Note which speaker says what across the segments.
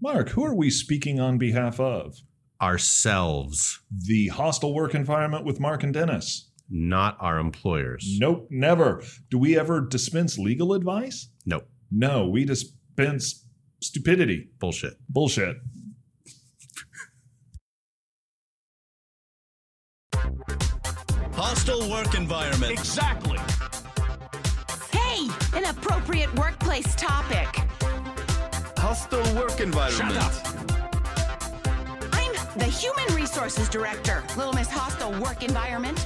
Speaker 1: Mark, who are we speaking on behalf of?
Speaker 2: Ourselves,
Speaker 1: The hostile work environment with Mark and Dennis?
Speaker 2: not our employers.
Speaker 1: Nope, never. Do we ever dispense legal advice?
Speaker 2: No.
Speaker 1: No, we dispense stupidity.
Speaker 2: Bullshit.
Speaker 1: Bullshit.
Speaker 3: Hostile work environment.
Speaker 4: Exactly.
Speaker 5: Hey, an appropriate workplace topic.
Speaker 3: Hostile work environment. Shut up.
Speaker 5: I'm the Human Resources Director, Little Miss Hostile Work Environment.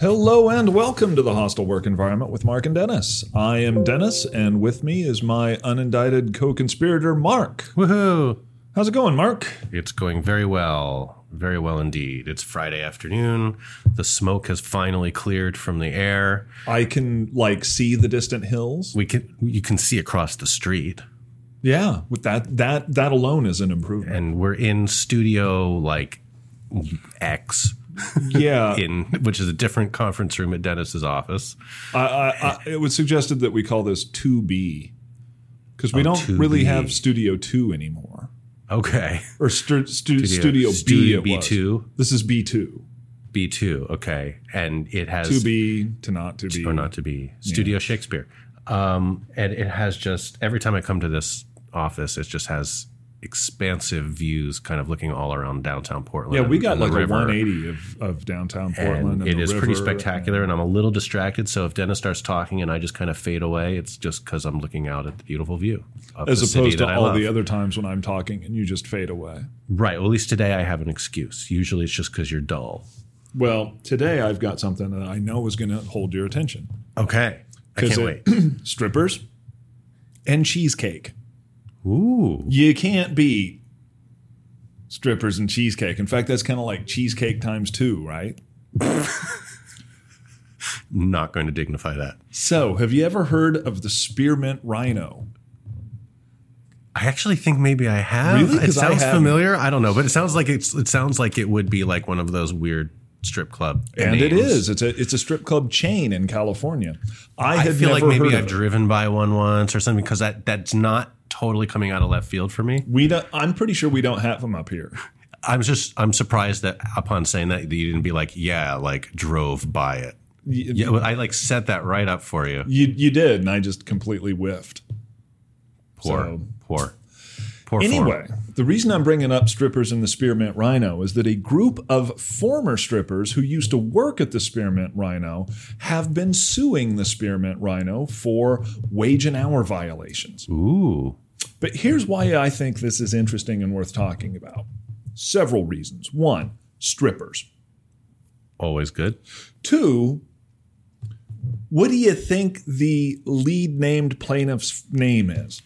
Speaker 1: Hello and welcome to the hostile work environment with Mark and Dennis. I am Dennis, and with me is my unindicted co conspirator, Mark.
Speaker 2: Woohoo!
Speaker 1: How's it going, Mark?
Speaker 2: It's going very well. Very well indeed. It's Friday afternoon. The smoke has finally cleared from the air.
Speaker 1: I can, like, see the distant hills.
Speaker 2: We can you can see across the street.
Speaker 1: Yeah, with that, that, that alone is an improvement.
Speaker 2: And we're in studio like X
Speaker 1: Yeah.
Speaker 2: in which is a different conference room at Dennis's office.
Speaker 1: I, I, I, it was suggested that we call this 2B because
Speaker 2: Oh,
Speaker 1: we don't
Speaker 2: 2B.
Speaker 1: really have Studio 2 anymore.
Speaker 2: Okay.
Speaker 1: Or stu- stu- Studio,
Speaker 2: Studio- Studio
Speaker 1: B. it was.
Speaker 2: B2.
Speaker 1: This is B2.
Speaker 2: B2. Okay. And it has
Speaker 1: 2B to not to be.
Speaker 2: or not to be Studio Shakespeare. Um, and it has just every time I come to this office, it just has expansive views, kind of looking all around downtown Portland.
Speaker 1: Yeah, we
Speaker 2: and-
Speaker 1: got
Speaker 2: and the
Speaker 1: like a
Speaker 2: river.
Speaker 1: 180 of, of downtown Portland.
Speaker 2: And it
Speaker 1: the
Speaker 2: is pretty
Speaker 1: river.
Speaker 2: spectacular, and I'm a little distracted. So if Dennis starts talking and I just kind of fade away, it's just because I'm looking out at the beautiful view. Of
Speaker 1: As
Speaker 2: the city
Speaker 1: opposed to
Speaker 2: that I
Speaker 1: all
Speaker 2: love.
Speaker 1: the other times when I'm talking and you just fade away.
Speaker 2: Right. Well, at least today I have an excuse. Usually it's just because you're dull.
Speaker 1: Well, today I've got something that I know is going to hold your attention
Speaker 2: Okay. I can't
Speaker 1: it-
Speaker 2: wait.
Speaker 1: strippers and cheesecake.
Speaker 2: Ooh.
Speaker 1: you can't beat strippers and cheesecake. In fact, that's kind of like cheesecake times two, right?
Speaker 2: Not going to dignify that.
Speaker 1: So, have you ever heard of the spearmint rhino?
Speaker 2: I actually think maybe I have.
Speaker 1: Really?
Speaker 2: It
Speaker 1: 'Cause I
Speaker 2: sounds
Speaker 1: haven't.
Speaker 2: familiar. I don't know, but it sounds like it's. It sounds like it would be like one of those weird strip club.
Speaker 1: And it
Speaker 2: names.
Speaker 1: is. It's a it's a strip club chain in California. I,
Speaker 2: I
Speaker 1: had
Speaker 2: feel like
Speaker 1: never
Speaker 2: maybe
Speaker 1: heard
Speaker 2: I've
Speaker 1: of it.
Speaker 2: driven by one once or something because that that's not totally coming out of left field for me.
Speaker 1: We don't, I'm pretty sure we don't have them up here.
Speaker 2: I'm just I'm surprised that upon saying that, that you didn't be like yeah like drove by it. Yeah, well, I like set that right up for you.
Speaker 1: You you did, and I just completely whiffed.
Speaker 2: Poor,
Speaker 1: So-
Speaker 2: poor, poor. form.
Speaker 1: Anyway, the reason I'm bringing up strippers and the Spearmint Rhino is that a group of former strippers who used to work at the Spearmint Rhino have been suing the Spearmint Rhino for wage and hour violations.
Speaker 2: Ooh.
Speaker 1: But here's why I think this is interesting and worth talking about several reasons. One, strippers.
Speaker 2: Always good.
Speaker 1: Two, what do you think the lead named plaintiff's name is?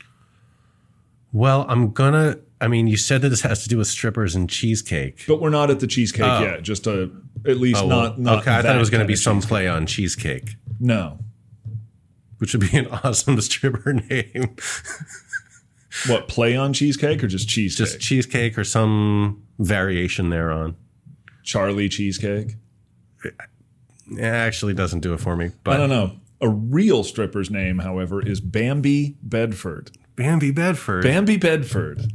Speaker 2: Well, I'm gonna. I mean, you said that this has to do with strippers and cheesecake.
Speaker 1: But we're not at the cheesecake yet. Just a, at least
Speaker 2: Oh,
Speaker 1: not, not.
Speaker 2: okay, I thought
Speaker 1: that
Speaker 2: it was going to
Speaker 1: kind
Speaker 2: be
Speaker 1: of
Speaker 2: some play on cheesecake,
Speaker 1: cheesecake. No.
Speaker 2: which would be an awesome stripper name.
Speaker 1: What play on cheesecake or just cheesecake?
Speaker 2: Just cheesecake or some variation thereon.
Speaker 1: Charlie cheesecake.
Speaker 2: It actually doesn't do it for me.
Speaker 1: I
Speaker 2: But
Speaker 1: don't know. A real stripper's name, however, is Bambi Bedford.
Speaker 2: Bambi Bedford,
Speaker 1: Bambi Bedford.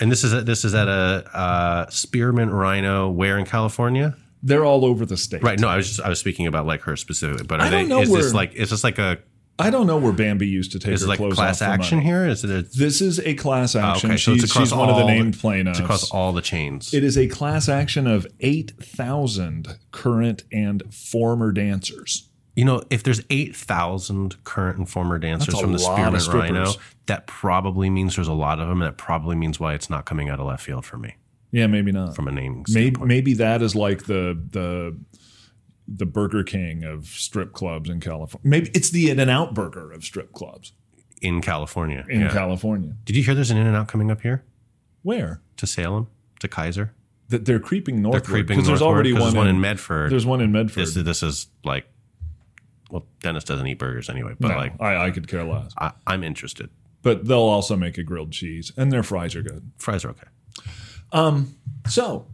Speaker 2: and this is at, this is at a uh, Spearmint Rhino where in California,
Speaker 1: They're all over the state.
Speaker 2: right? No, I was just I was speaking about like her specifically. But are
Speaker 1: I don't
Speaker 2: they?
Speaker 1: know
Speaker 2: is
Speaker 1: where-
Speaker 2: this like is this like a
Speaker 1: I don't know where Bambi used to take
Speaker 2: is
Speaker 1: her
Speaker 2: it like
Speaker 1: clothes
Speaker 2: class
Speaker 1: off for
Speaker 2: action
Speaker 1: money.
Speaker 2: here? Is it? A,
Speaker 1: This is a class action.
Speaker 2: okay, so
Speaker 1: she's
Speaker 2: it's across
Speaker 1: she's one of the
Speaker 2: all the-
Speaker 1: named plaintiffs.
Speaker 2: it's across all the chains.
Speaker 1: It is a class action of 8,000 current and former dancers.
Speaker 2: You know, if there's 8,000 current and former dancers
Speaker 1: a
Speaker 2: from the
Speaker 1: lot of
Speaker 2: Spearmint
Speaker 1: strippers.
Speaker 2: Rhino, that probably means there's a lot of them. And that probably means why it's not coming out of left field for me
Speaker 1: Yeah, maybe not.
Speaker 2: from a naming
Speaker 1: Maybe,
Speaker 2: standpoint.
Speaker 1: maybe that is like the the the Burger King of strip clubs in California. Maybe it's the In and Out Burger of strip clubs
Speaker 2: in California.
Speaker 1: in
Speaker 2: yeah.
Speaker 1: California.
Speaker 2: Did you hear there's an In and Out coming up here
Speaker 1: Where
Speaker 2: to Salem, to Kaiser?
Speaker 1: that they're creeping northward
Speaker 2: creeping
Speaker 1: there's
Speaker 2: northward,
Speaker 1: already
Speaker 2: 'cause
Speaker 1: one,
Speaker 2: there's one
Speaker 1: in,
Speaker 2: in Medford.
Speaker 1: There's one in Medford.
Speaker 2: This, this is like, well, Dennis doesn't eat burgers anyway, but
Speaker 1: No,
Speaker 2: like,
Speaker 1: I, I could care less.
Speaker 2: I, I'm interested.
Speaker 1: But they'll also make a grilled cheese, and their fries are good.
Speaker 2: Fries are okay.
Speaker 1: So,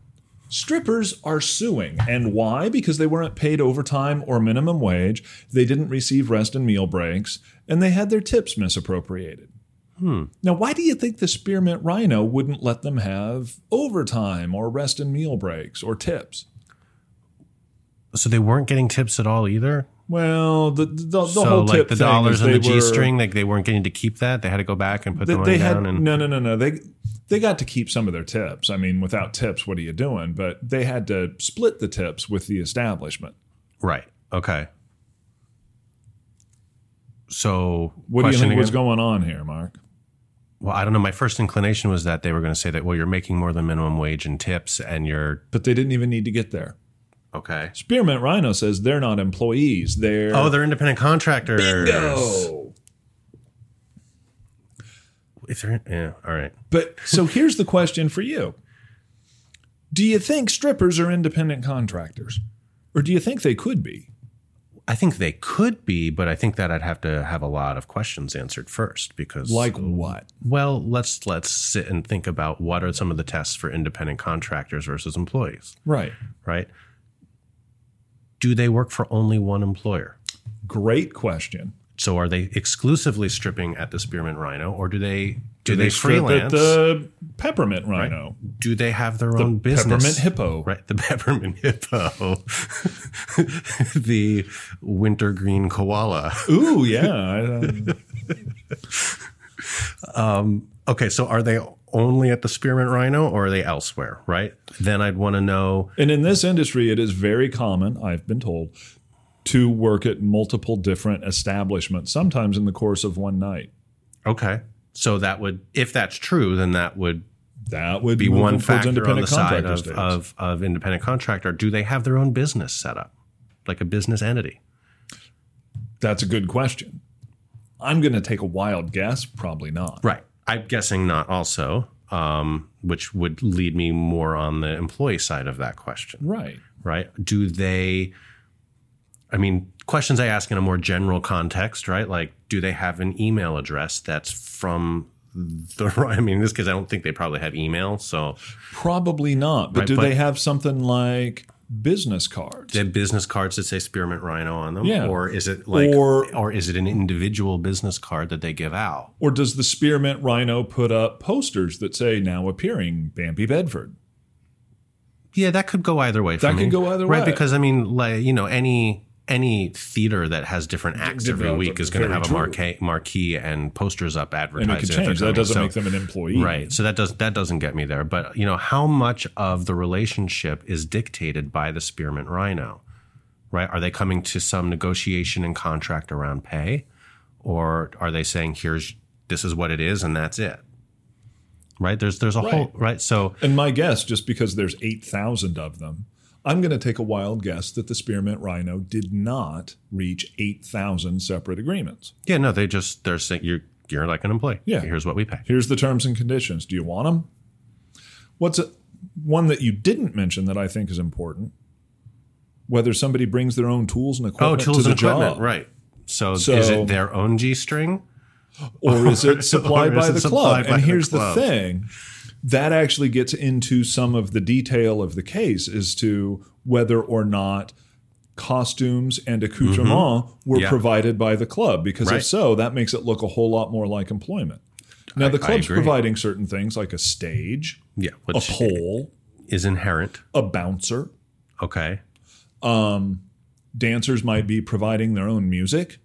Speaker 1: Strippers are suing. And why? Because they weren't paid overtime or minimum wage, they didn't receive rest and meal breaks, and they had their tips misappropriated.
Speaker 2: Hmm.
Speaker 1: Now, why do you think the spearmint rhino wouldn't let them have overtime or rest and meal breaks or tips?
Speaker 2: So they weren't getting tips at all either.
Speaker 1: Well, the the, the
Speaker 2: so
Speaker 1: whole
Speaker 2: like
Speaker 1: tip
Speaker 2: the
Speaker 1: thing
Speaker 2: dollars
Speaker 1: is
Speaker 2: and the
Speaker 1: they were-
Speaker 2: G string, like they weren't getting to keep that. They had to go back and put
Speaker 1: They,
Speaker 2: the money
Speaker 1: they had
Speaker 2: down. And
Speaker 1: no, no, no, no. They they got to keep some of their tips. I mean, without tips, what are you doing? But they had to split the tips with the establishment.
Speaker 2: right, okay. So
Speaker 1: What do you
Speaker 2: question
Speaker 1: think was
Speaker 2: again?
Speaker 1: going on here, Mark?
Speaker 2: Well, I don't know. My first inclination was that they were going to say that well, you're making more than minimum wage and tips, and you're
Speaker 1: But they didn't even need to get there.
Speaker 2: okay.
Speaker 1: Spearmint Rhino says they're not employees. They're
Speaker 2: Oh, they're independent contractors.
Speaker 1: Bingo.
Speaker 2: If they're yeah, all right.
Speaker 1: But so here's the question for you. Do you think strippers are independent contractors? Or do you think they could be?
Speaker 2: I think they could be, but I think that I'd have to have a lot of questions answered first because
Speaker 1: Like what?
Speaker 2: well, let's let's sit and think about what are some of the tests for independent contractors versus employees,
Speaker 1: Right.
Speaker 2: right? Do they work for only one employer?
Speaker 1: Great question.
Speaker 2: So are they exclusively stripping at the Spearmint Rhino or do they do, they,
Speaker 1: strip at
Speaker 2: freelance?
Speaker 1: the peppermint rhino?
Speaker 2: do they have their own
Speaker 1: Peppermint
Speaker 2: business?
Speaker 1: hippo.
Speaker 2: Right, the peppermint hippo, the wintergreen koala.
Speaker 1: Ooh, yeah. I, uh,
Speaker 2: Okay, so are they only at the spearmint rhino or are they elsewhere, right? Then I'd want to know
Speaker 1: and in this industry, it is very common, I've been told, to work at multiple different establishments, sometimes in the course of one night.
Speaker 2: okay. So that would if that's true, then that would
Speaker 1: That would
Speaker 2: be
Speaker 1: move
Speaker 2: one
Speaker 1: towards
Speaker 2: factor on the
Speaker 1: independent
Speaker 2: side
Speaker 1: contractor
Speaker 2: of,
Speaker 1: status.
Speaker 2: of, of independent contractor. Do they have their own business set up? Like a business entity?
Speaker 1: That's a good question. I'm going to take a wild guess. Probably not.
Speaker 2: Right. I'm guessing not also. Um, which would lead me more on the employee side of that question.
Speaker 1: Right.
Speaker 2: right? Do they, I mean, questions I ask in a more general context, right? Like, do they have an email address that's from the, I mean, in this case, I don't think they probably have email. So
Speaker 1: Probably not. But
Speaker 2: Right,
Speaker 1: do
Speaker 2: but-
Speaker 1: they have something like business cards?
Speaker 2: they have business cards that say Spearmint Rhino on them.
Speaker 1: Yeah.
Speaker 2: Or is it like,
Speaker 1: Or-
Speaker 2: or, is it an individual business card that they give out?
Speaker 1: or does the Spearmint Rhino put up posters that say now appearing Bambi Bedford?
Speaker 2: Yeah, that could go either way. for
Speaker 1: That could
Speaker 2: me.
Speaker 1: go either
Speaker 2: right?
Speaker 1: way.
Speaker 2: Because I mean, like you know, any any theater that has different acts every
Speaker 1: Develop-
Speaker 2: week is going to
Speaker 1: very
Speaker 2: have a
Speaker 1: true.
Speaker 2: marquee, marquee and posters up
Speaker 1: And
Speaker 2: advertising.
Speaker 1: it could
Speaker 2: if they're
Speaker 1: change. That
Speaker 2: coming.
Speaker 1: doesn't
Speaker 2: So-
Speaker 1: make them an employee.
Speaker 2: Right. So that does that doesn't get me there. But you know, how much of the relationship is dictated by the spearmint rhino? Right? Are they coming to some negotiation and contract around pay? Or are they saying here's this is what it is and that's it? Right? There's there's a whole right. So
Speaker 1: And my guess, just because there's 8,000 of them, I'm going to take a wild guess that the Spearmint Rhino did not reach 8,000 separate agreements.
Speaker 2: yeah, no, they just they're saying you're you're like an employee.
Speaker 1: Yeah.
Speaker 2: Here's what we pay.
Speaker 1: Here's the terms and conditions. Do you want them? What's a, one that you didn't mention that I think is important? Whether somebody brings their own tools and
Speaker 2: Oh,
Speaker 1: equipment to
Speaker 2: tools
Speaker 1: the
Speaker 2: and equipment.
Speaker 1: job,
Speaker 2: Right. So,
Speaker 1: So-
Speaker 2: is it their own G string?
Speaker 1: or is
Speaker 2: Or
Speaker 1: it supplied
Speaker 2: is
Speaker 1: by
Speaker 2: it
Speaker 1: the
Speaker 2: supplied
Speaker 1: club?
Speaker 2: by
Speaker 1: and
Speaker 2: the
Speaker 1: here's
Speaker 2: club?
Speaker 1: the thing that actually gets into some of the detail of the case as to whether or not costumes and accoutrements were
Speaker 2: Mm-hmm. Yeah.
Speaker 1: provided by the club because
Speaker 2: Right.
Speaker 1: if so that makes it look a whole lot more like employment now the
Speaker 2: I
Speaker 1: club's
Speaker 2: agree.
Speaker 1: providing certain things like a stage
Speaker 2: Yeah.
Speaker 1: a
Speaker 2: Which
Speaker 1: pole
Speaker 2: is inherent.
Speaker 1: a bouncer
Speaker 2: Okay.
Speaker 1: dancers might be providing their own music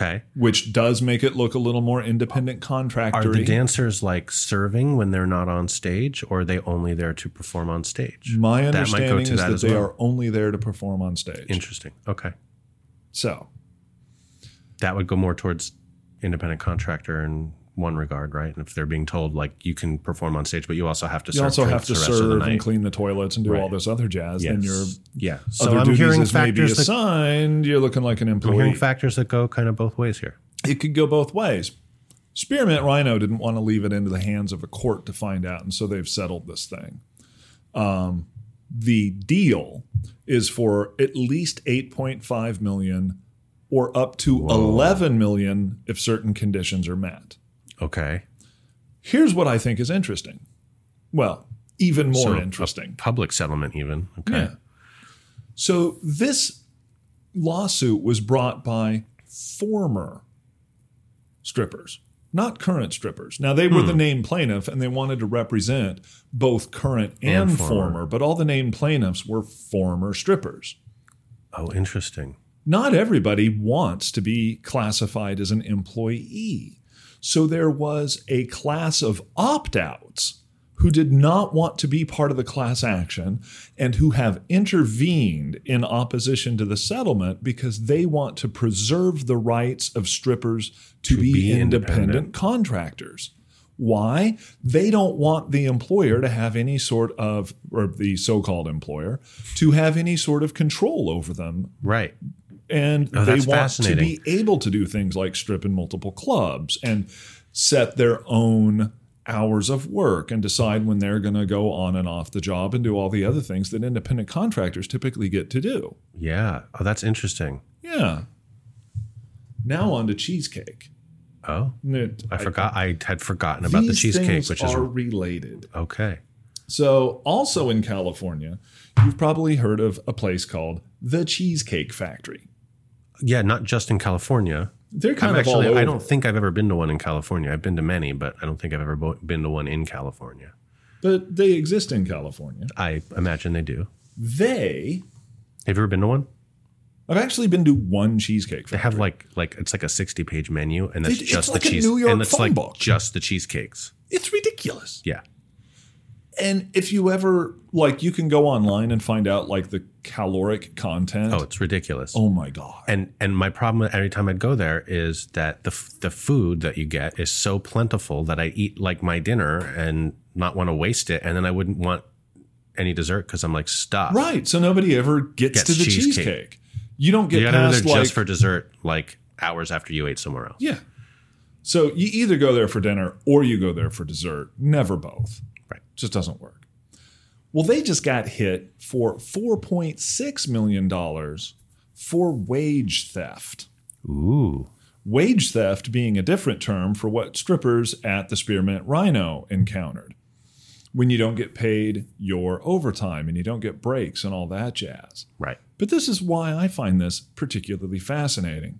Speaker 2: Okay.
Speaker 1: which does make it look a little more independent
Speaker 2: Are
Speaker 1: contractor
Speaker 2: the dancers like serving when they're not on stage, or are they only there to perform on stage?
Speaker 1: My
Speaker 2: That might go
Speaker 1: understanding
Speaker 2: to
Speaker 1: is
Speaker 2: that
Speaker 1: that
Speaker 2: as
Speaker 1: they
Speaker 2: well.
Speaker 1: are only there to perform on stage.
Speaker 2: Interesting. Okay,
Speaker 1: so,
Speaker 2: that would go more towards independent contractor in one regard, right? And if they're being told like you can perform on stage, but you also have to
Speaker 1: you
Speaker 2: serve
Speaker 1: also have
Speaker 2: drinks
Speaker 1: to
Speaker 2: the rest of the
Speaker 1: serve and
Speaker 2: night.
Speaker 1: clean the toilets and do all
Speaker 2: Right.
Speaker 1: this other jazz. Then your
Speaker 2: Yes. yeah. So
Speaker 1: other
Speaker 2: I'm
Speaker 1: duties
Speaker 2: hearing
Speaker 1: is maybe
Speaker 2: factors that
Speaker 1: assigned. You're looking like an
Speaker 2: I'm hearing
Speaker 1: employee.
Speaker 2: factors that go kind of both ways here.
Speaker 1: it could go both ways. Spearmint Rhino didn't want to leave it into the hands of a court to find out, and so they've settled this thing. Um, the deal is for at least 8.5 million or up to 11 million if certain conditions are met.
Speaker 2: Okay.
Speaker 1: Here's what I think is interesting. Well, even more
Speaker 2: So, uh, a
Speaker 1: interesting.
Speaker 2: public settlement, even. Okay.
Speaker 1: Yeah. So this lawsuit was brought by former strippers, not current strippers. Now they were
Speaker 2: Hmm.
Speaker 1: the named plaintiff and they wanted to represent both current and,
Speaker 2: And
Speaker 1: former.
Speaker 2: former.
Speaker 1: but all the named plaintiffs were former strippers.
Speaker 2: Oh, interesting.
Speaker 1: Not everybody wants to be classified as an employee. So there was a class of opt outs who did not want to be part of the class action and who have intervened in opposition to the settlement because they want to preserve the rights of strippers to, be,
Speaker 2: be
Speaker 1: independent,
Speaker 2: independent.
Speaker 1: contractors. Why? They don't want the employer to have any sort of, or the so called employer, to have any sort of control over them
Speaker 2: Right.
Speaker 1: and
Speaker 2: Oh,
Speaker 1: they
Speaker 2: that's
Speaker 1: want to be
Speaker 2: fascinating.
Speaker 1: able to do things like strip in multiple clubs and set their own hours of work and decide when they're going to go on and off the job and do all the other things that independent contractors typically get to do.
Speaker 2: Yeah. Oh, that's interesting.
Speaker 1: Yeah. Now on to cheesecake.
Speaker 2: Oh,
Speaker 1: It-
Speaker 2: I, forgot. I had forgotten about the
Speaker 1: these
Speaker 2: cheesecake,
Speaker 1: things
Speaker 2: which
Speaker 1: are
Speaker 2: is
Speaker 1: related.
Speaker 2: okay.
Speaker 1: So, also in California, you've probably heard of a place called the Cheesecake Factory.
Speaker 2: Yeah, not just in California.
Speaker 1: They're kind
Speaker 2: I'm
Speaker 1: of all
Speaker 2: actually,
Speaker 1: over.
Speaker 2: I don't think I've ever been to one in California. I've been to many, but I don't think I've ever bo- been to one in California.
Speaker 1: but they exist in California.
Speaker 2: I imagine they do.
Speaker 1: They
Speaker 2: Have you ever been to one?
Speaker 1: I've actually been to one cheesecake.
Speaker 2: They
Speaker 1: Factory.
Speaker 2: have like like it's like a sixty page menu, and that's
Speaker 1: It- it's
Speaker 2: just
Speaker 1: like a
Speaker 2: the cheese.
Speaker 1: New York
Speaker 2: and it's
Speaker 1: phone
Speaker 2: like
Speaker 1: book.
Speaker 2: just the cheesecakes.
Speaker 1: It's ridiculous.
Speaker 2: Yeah.
Speaker 1: And if you ever like, you can go online and find out like the caloric content.
Speaker 2: Oh, it's ridiculous.
Speaker 1: Oh my god!
Speaker 2: And and my problem with every time I'd go there is that the f- the food that you get is so plentiful that I eat like my dinner and not want to waste it, and then I wouldn't want any dessert because I'm like stop.
Speaker 1: right. So nobody ever gets,
Speaker 2: Gets
Speaker 1: to the cheesecake.
Speaker 2: cheesecake.
Speaker 1: You don't get
Speaker 2: You gotta go
Speaker 1: past
Speaker 2: there
Speaker 1: like
Speaker 2: just for dessert, like hours after you ate somewhere else.
Speaker 1: yeah. So you either go there for dinner or you go there for dessert. Never both.
Speaker 2: Right.
Speaker 1: Just doesn't work. Well, they just got hit for four point six million dollars for wage theft.
Speaker 2: Ooh.
Speaker 1: wage theft being a different term for what strippers at the Spearmint Rhino encountered. When you don't get paid your overtime and you don't get breaks and all that jazz.
Speaker 2: Right.
Speaker 1: But this is why I find this particularly fascinating.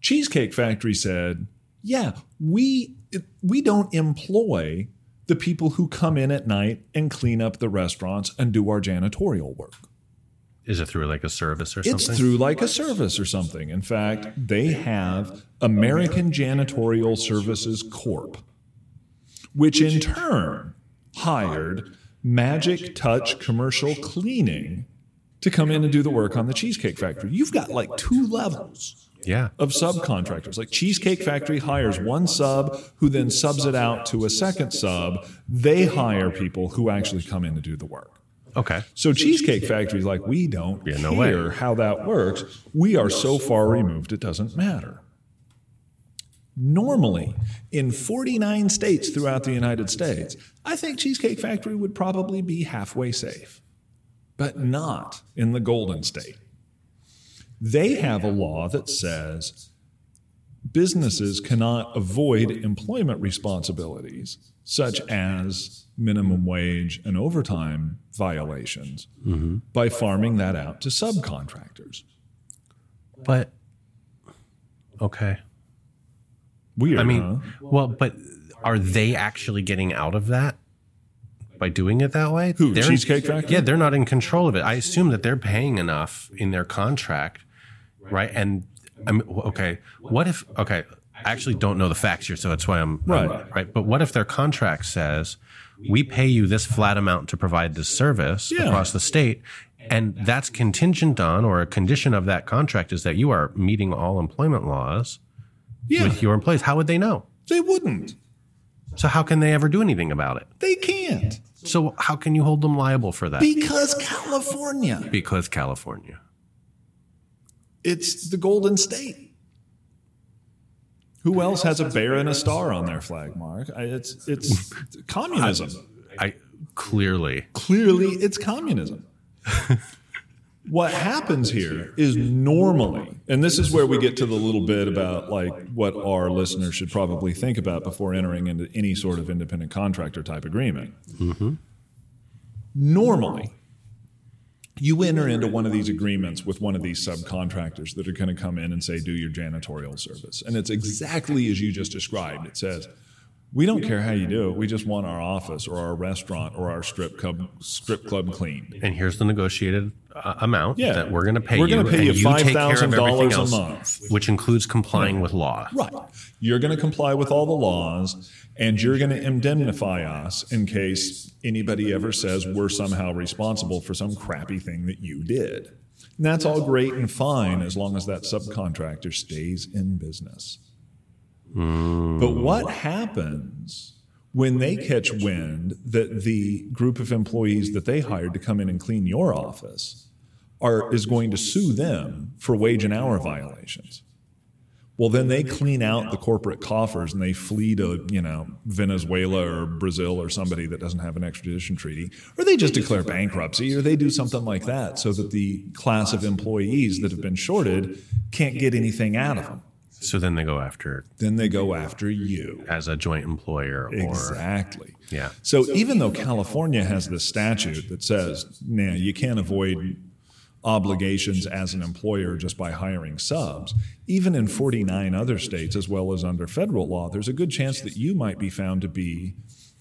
Speaker 1: Cheesecake Factory said, "Yeah, we it- we don't employ the people who come in at night and clean up the restaurants and do our janitorial work.
Speaker 2: Is it through like a service or something?
Speaker 1: It's through like a service or something. In fact, they have American Janitorial Services Corp, which in turn hired Magic Touch Commercial Cleaning to come in and do the work on the Cheesecake Factory. You've got like two levels
Speaker 2: Yeah.
Speaker 1: of subcontractors. Like Cheesecake Factory hires one sub who then subs it out to a second sub. They hire people who actually come in to do the work.
Speaker 2: Okay.
Speaker 1: So Cheesecake Factory is like, we don't
Speaker 2: Yeah, no way.
Speaker 1: hear how that works. We are so far removed, it doesn't matter. Normally, in 49 states throughout the United States, I think Cheesecake Factory would probably be halfway safe, but not in the Golden State. They have a law that says businesses cannot avoid employment responsibilities such as minimum wage and overtime violations
Speaker 2: Mm-hmm.
Speaker 1: by farming that out to subcontractors.
Speaker 2: But okay.
Speaker 1: Weird,
Speaker 2: I mean,
Speaker 1: huh?
Speaker 2: well, but are they actually getting out of that by doing it that way?
Speaker 1: Who,
Speaker 2: They're-
Speaker 1: Cheesecake Factory?
Speaker 2: Yeah, they're not in control of it. I assume that they're paying enough in their contract, right? And I mean, wh- okay, what if? Okay, I actually don't know the facts here, so that's why I'm I'm-
Speaker 1: Right.
Speaker 2: right. But what if their contract says we pay you this flat amount to provide this service
Speaker 1: Yeah.
Speaker 2: across the state? And that's contingent on, or a condition of that contract is that you are meeting all employment laws
Speaker 1: Yeah,
Speaker 2: with your employees. How would they know?
Speaker 1: they wouldn't.
Speaker 2: So how can they ever do anything about it?
Speaker 1: They can't
Speaker 2: So how can you hold them liable for that?
Speaker 1: because California,
Speaker 2: Because California.
Speaker 1: it's the Golden State. Who else has a bear and a star on their flag, Mark? I- It's it's communism.
Speaker 2: I clearly.
Speaker 1: clearly it's communism. what happens here is normally And this is where we get to the little bit about like what our listeners should probably think about before entering into any sort of independent contractor type agreement. Normally, you enter into one of these agreements with one of these subcontractors that are going to come in and say, do your janitorial service. And it's exactly as you just described. It says, we don't care how you do it. We just want our office or our restaurant or our strip club, strip club cleaned.
Speaker 2: And here's the negotiated uh, amount
Speaker 1: Yeah.
Speaker 2: that we're going to pay
Speaker 1: We're
Speaker 2: you.
Speaker 1: gonna pay
Speaker 2: and
Speaker 1: you
Speaker 2: take care of everything
Speaker 1: $5,000 a
Speaker 2: else,
Speaker 1: month.
Speaker 2: which includes complying with law.
Speaker 1: Right. You're going to comply with all the laws and you're going to indemnify us in case anybody ever says we're somehow responsible for some crappy thing that you did. And that's all great and fine as long as that subcontractor stays in business. But what happens when they catch wind that the group of employees that they hired to come in and clean your office are is going to sue them for wage and hour violations? Well, then they clean out the corporate coffers and they flee to, you know, Venezuela or Brazil or somebody that doesn't have an extradition treaty, or they just declare bankruptcy or they do something like that so that the class of employees that have been shorted can't get anything out of them.
Speaker 2: So then they go after
Speaker 1: Then they go after you.
Speaker 2: as a joint employer or
Speaker 1: Exactly.
Speaker 2: Yeah.
Speaker 1: So, even though California has this statute that says, nah, you can't avoid obligations as an employer just by hiring subs, even in 49 other states, as well as under federal law, there's a good chance that you might be found to be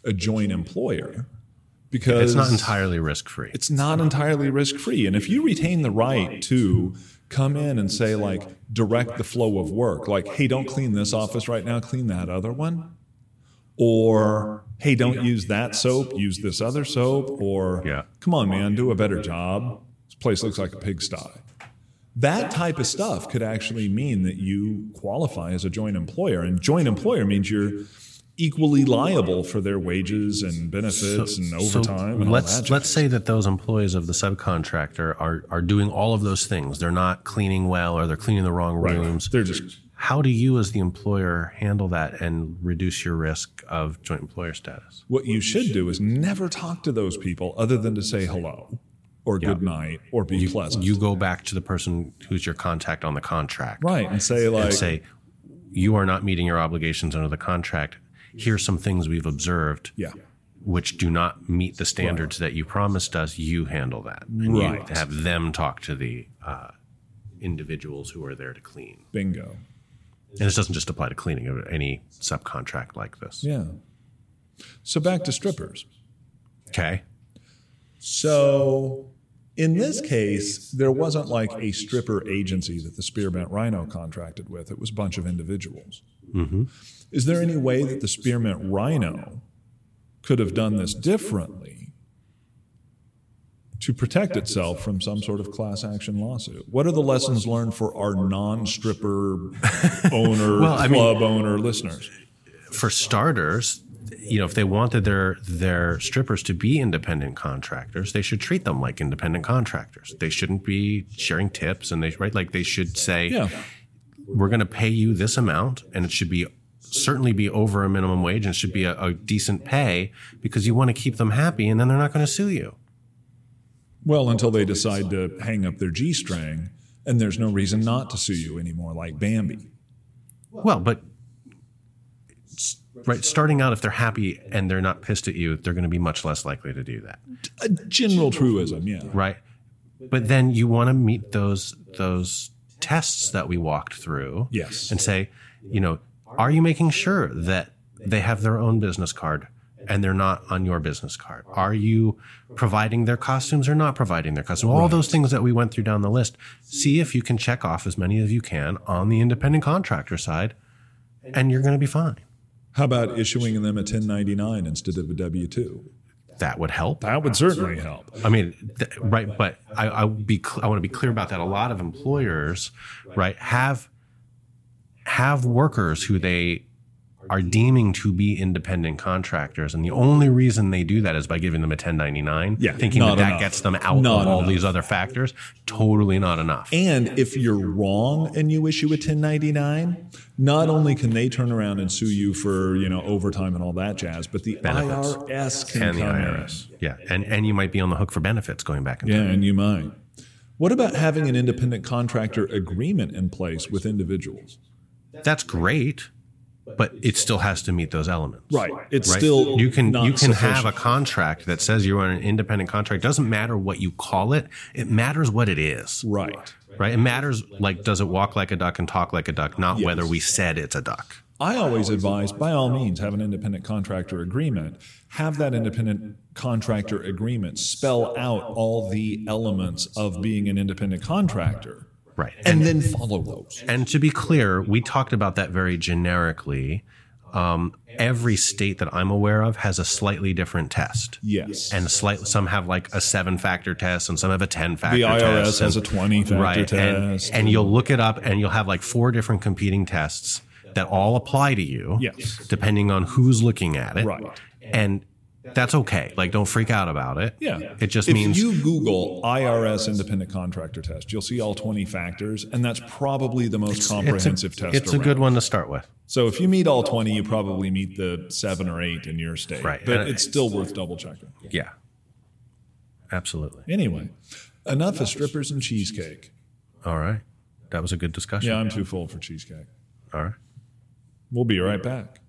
Speaker 1: a joint employer because
Speaker 2: it's not entirely risk free.
Speaker 1: it's not entirely risk free. And if you retain the right to come in and say, like, direct the flow of work, like, hey, don't clean this office right now, clean that other one. Or, hey, don't use that soap, use this other soap. Or,
Speaker 2: Yeah.
Speaker 1: come on, man, do a better job. This place looks like a pigsty. That type of stuff could actually mean that you qualify as a joint employer. And joint employer means you're equally liable for their wages and benefits and overtime and
Speaker 2: let's
Speaker 1: all that. jazz.
Speaker 2: let's say that those employees of the subcontractor are are doing all of those things. They're not cleaning well, or they're cleaning the wrong rooms.
Speaker 1: They're just
Speaker 2: How do you, as the employer, handle that and reduce your risk of joint employer status?
Speaker 1: what you should do is never talk to those people other than to say hello or good night or be pleasant.
Speaker 2: You go back to the person who's your contact on the contract,
Speaker 1: right and say like
Speaker 2: and say, "You are not meeting your obligations under the contract. Here's some things we've observed."
Speaker 1: yeah.
Speaker 2: which do not meet the standards that you promised us, you handle that. And
Speaker 1: Right.
Speaker 2: you have them talk to the uh, individuals who are there to clean.
Speaker 1: Bingo.
Speaker 2: And this doesn't just apply to cleaning, of any subcontract like this.
Speaker 1: Yeah. So back to strippers.
Speaker 2: Okay.
Speaker 1: So in this case, there wasn't like a stripper agency that the Spearmint Rhino contracted with. It was a bunch of individuals.
Speaker 2: Mm-hmm.
Speaker 1: Is there any way that the Spearmint Rhino could have done this differently to protect itself from some sort of class action lawsuit? What are the lessons learned for our non-stripper owner,
Speaker 2: Well, I mean-
Speaker 1: club owner listeners?
Speaker 2: For starters, you know, if they wanted their their strippers to be independent contractors, they should treat them like independent contractors. They shouldn't be sharing tips and they right like they should say
Speaker 1: Yeah.
Speaker 2: we're going to pay you this amount and it should be certainly be over a minimum wage and it should be a, a decent pay because you want to keep them happy and then they're not going to sue you.
Speaker 1: Well, until they decide to hang up their G string, and there's no reason not to sue you anymore, like Bambi.
Speaker 2: Well, but s- right starting out if they're happy and they're not pissed at you, they're going to be much less likely to do that.
Speaker 1: A general truism, yeah.
Speaker 2: Right? But then you want to meet those those tests that we walked through.
Speaker 1: Yes.
Speaker 2: and say, you know, are you making sure that they have their own business card and they're not on your business card? Are you providing their costumes or not providing their costumes? All those things that we went through down the list. See if you can check off as many as you can on the independent contractor side, and you're going to be fine.
Speaker 1: How about issuing them a 1099 instead of a W 2?
Speaker 2: That would help.
Speaker 1: That would certainly help.
Speaker 2: I mean, th- right, but I, I would be cl- I want to be clear about that. A lot of employers, right, have have workers who they are deeming to be independent contractors, and the only reason they do that is by giving them a 1099,
Speaker 1: Yeah,
Speaker 2: thinking that
Speaker 1: not
Speaker 2: that
Speaker 1: enough.
Speaker 2: gets them out
Speaker 1: Not
Speaker 2: of all
Speaker 1: enough.
Speaker 2: these other factors. Totally not enough.
Speaker 1: And if you're wrong and you issue a 1099, not only can they turn around and sue you for, you know, overtime and all that jazz, but the
Speaker 2: Benefits.
Speaker 1: IRS can
Speaker 2: And the
Speaker 1: come in.
Speaker 2: IRS, yeah, and and you might be on the hook for benefits going back in
Speaker 1: Yeah,
Speaker 2: time.
Speaker 1: and you might. What about having an independent contractor agreement in place with individuals?
Speaker 2: That's great, but it still has to meet those elements.
Speaker 1: Right. It's
Speaker 2: Right?
Speaker 1: still
Speaker 2: you can
Speaker 1: not
Speaker 2: you can have a
Speaker 1: sufficient.
Speaker 2: contract that says you're on an independent contract. Doesn't matter what you call it. It matters what it is.
Speaker 1: right.
Speaker 2: Right. It matters like does it walk like a duck and talk like a duck, not whether we said it's a duck.
Speaker 1: I always advise, by all means, have an independent contractor agreement. Have that independent contractor agreement spell out all the elements of being an independent contractor
Speaker 2: Right.
Speaker 1: and then follow those.
Speaker 2: And to be clear, we talked about that very generically. Um, every state that I'm aware of has a slightly different test.
Speaker 1: Yes.
Speaker 2: And slight, some have like a seven factor test and some have a 10 factor
Speaker 1: the
Speaker 2: test.
Speaker 1: IRS has a
Speaker 2: and-
Speaker 1: 20 factor
Speaker 2: right, and-
Speaker 1: test.
Speaker 2: And, you'll look it up and you'll have like four different competing tests that all apply to you,
Speaker 1: Yes.
Speaker 2: depending on who's looking at it.
Speaker 1: Right.
Speaker 2: And that's okay. Like, don't freak out about it.
Speaker 1: yeah.
Speaker 2: It just
Speaker 1: if
Speaker 2: means
Speaker 1: you Google IRS independent contractor test, you'll see all 20 factors, and that's probably the most comprehensive test.
Speaker 2: it's a
Speaker 1: around.
Speaker 2: good one to start with.
Speaker 1: So if you meet all 20, you probably meet the seven or eight in your state.
Speaker 2: Right.
Speaker 1: But
Speaker 2: And-
Speaker 1: it's still worth double checking.
Speaker 2: Yeah. Absolutely.
Speaker 1: Anyway, enough of strippers and cheesecake.
Speaker 2: All right. That was a good discussion.
Speaker 1: Yeah, I'm too full for cheesecake.
Speaker 2: All right.
Speaker 1: We'll be right back.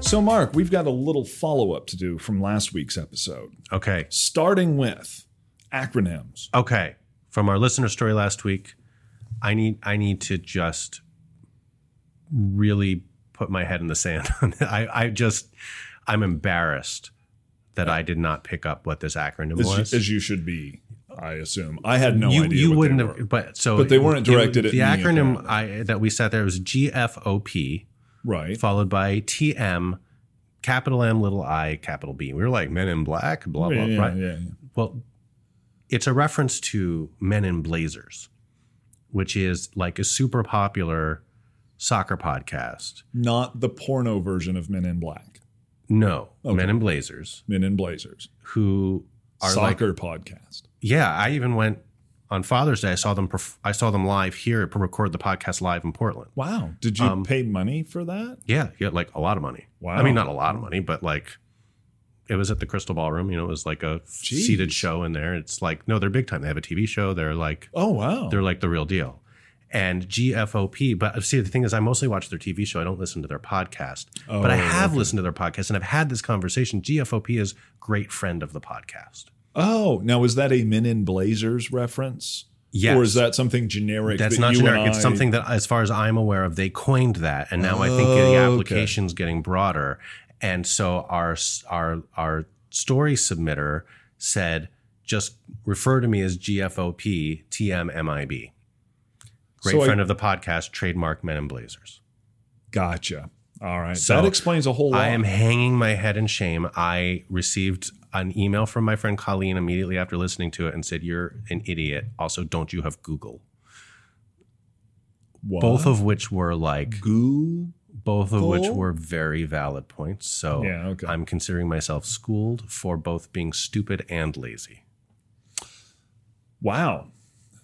Speaker 1: So, Mark, we've got a little follow up to do from last week's episode,
Speaker 2: Okay.
Speaker 1: starting with acronyms.
Speaker 2: Okay. From our listener story last week, I need I need to just really put my head in the sand. on it. I I just I'm embarrassed that I did not pick up what this acronym
Speaker 1: As
Speaker 2: was.
Speaker 1: you, as you should be, I assume. I had no
Speaker 2: you
Speaker 1: idea.
Speaker 2: you
Speaker 1: what they
Speaker 2: wouldn't
Speaker 1: were.
Speaker 2: have, but so
Speaker 1: But they weren't
Speaker 2: it-
Speaker 1: directed at
Speaker 2: the
Speaker 1: me,
Speaker 2: acronym
Speaker 1: apparently.
Speaker 2: I, that we sat there was GFOP
Speaker 1: Right.
Speaker 2: followed by TM capital M little I capital B. We were like Men in Black blah blah
Speaker 1: Yeah, yeah,
Speaker 2: right.
Speaker 1: yeah, yeah.
Speaker 2: Well, it's a reference to Men in Blazers, which is like a super popular soccer podcast.
Speaker 1: Not the porno version of Men in Black,
Speaker 2: No, Men in Blazers,
Speaker 1: Men in Blazers,
Speaker 2: who are like
Speaker 1: soccer podcast.
Speaker 2: yeah. I even went on Father's Day. I saw them. Perf- I saw them live here to record the podcast live in Portland.
Speaker 1: Wow. Did you
Speaker 2: Um,
Speaker 1: pay money for that?
Speaker 2: Yeah, yeah, like a lot of money.
Speaker 1: Wow.
Speaker 2: I mean, not a lot of money, but like it was at the Crystal Ballroom. You know, it was like a seated show in there. It's like no, they're big time. They have a TV show. They're like
Speaker 1: Oh, wow.
Speaker 2: They're like the real deal. And GFOP, but uh, see, the thing is, I mostly watch their TV show. I don't listen to their podcast, but I have listened to their podcast and I've had this conversation. GFOP is great friend of the podcast.
Speaker 1: Oh, now is that a Men in Blazers reference?
Speaker 2: Yes.
Speaker 1: Or is that something generic?
Speaker 2: That's
Speaker 1: that
Speaker 2: not
Speaker 1: you and
Speaker 2: generic.
Speaker 1: I-
Speaker 2: It's something that, as far as I'm aware of, they coined that, and now I think
Speaker 1: Oh,
Speaker 2: the application's getting broader. And so our our our story submitter said, just refer to me as GFOP TMMIB. Great
Speaker 1: So I-
Speaker 2: friend of the podcast, trademark Men in Blazers.
Speaker 1: Gotcha. All right.
Speaker 2: So
Speaker 1: that explains a whole lot.
Speaker 2: I am hanging my head in shame. I received an email from my friend Colleen immediately after listening to it and said, You're an idiot. Also, don't you have Google?
Speaker 1: What?
Speaker 2: Both of which were like,
Speaker 1: goo.
Speaker 2: both of which
Speaker 1: Google?
Speaker 2: were very valid points. So
Speaker 1: Yeah, okay.
Speaker 2: I'm considering myself schooled for both being stupid and lazy.
Speaker 1: Wow.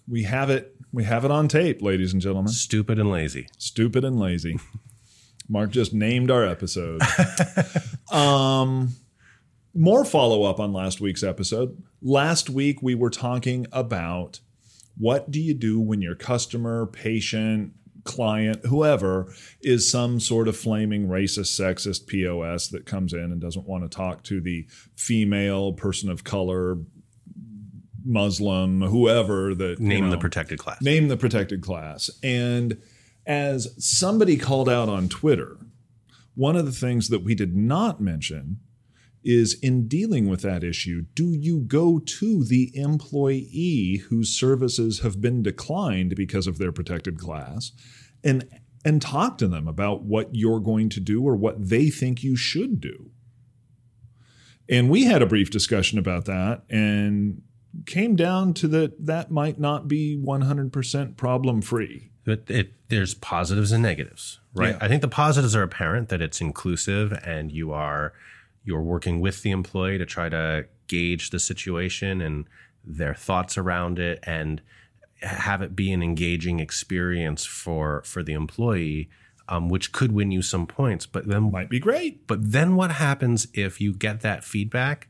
Speaker 1: We have it. We have it on tape, ladies and gentlemen.
Speaker 2: Stupid and lazy.
Speaker 1: Stupid and lazy. Mark just named our episode. um, more follow up on last week's episode. Last week, we were talking about what do you do when your customer, patient, client, whoever is some sort of flaming racist, sexist POS that comes in and doesn't want to talk to the female, person of color, Muslim, whoever that you
Speaker 2: Name the
Speaker 1: know,
Speaker 2: protected class.
Speaker 1: name the protected class. And as somebody called out on Twitter, one of the things that we did not mention is in dealing with that issue, do you go to the employee whose services have been declined because of their protected class and and talk to them about what you're going to do or what they think you should do? And we had a brief discussion about that and came down to that that might not be 100% problem free.
Speaker 2: But it, there's positives and negatives, right?
Speaker 1: Yeah.
Speaker 2: I think the positives are apparent that it's inclusive and you are you're working with the employee to try to gauge the situation and their thoughts around it and have it be an engaging experience for for the employee. um, which could win you some points. But then,
Speaker 1: Might be great.
Speaker 2: but then what happens if you get that feedback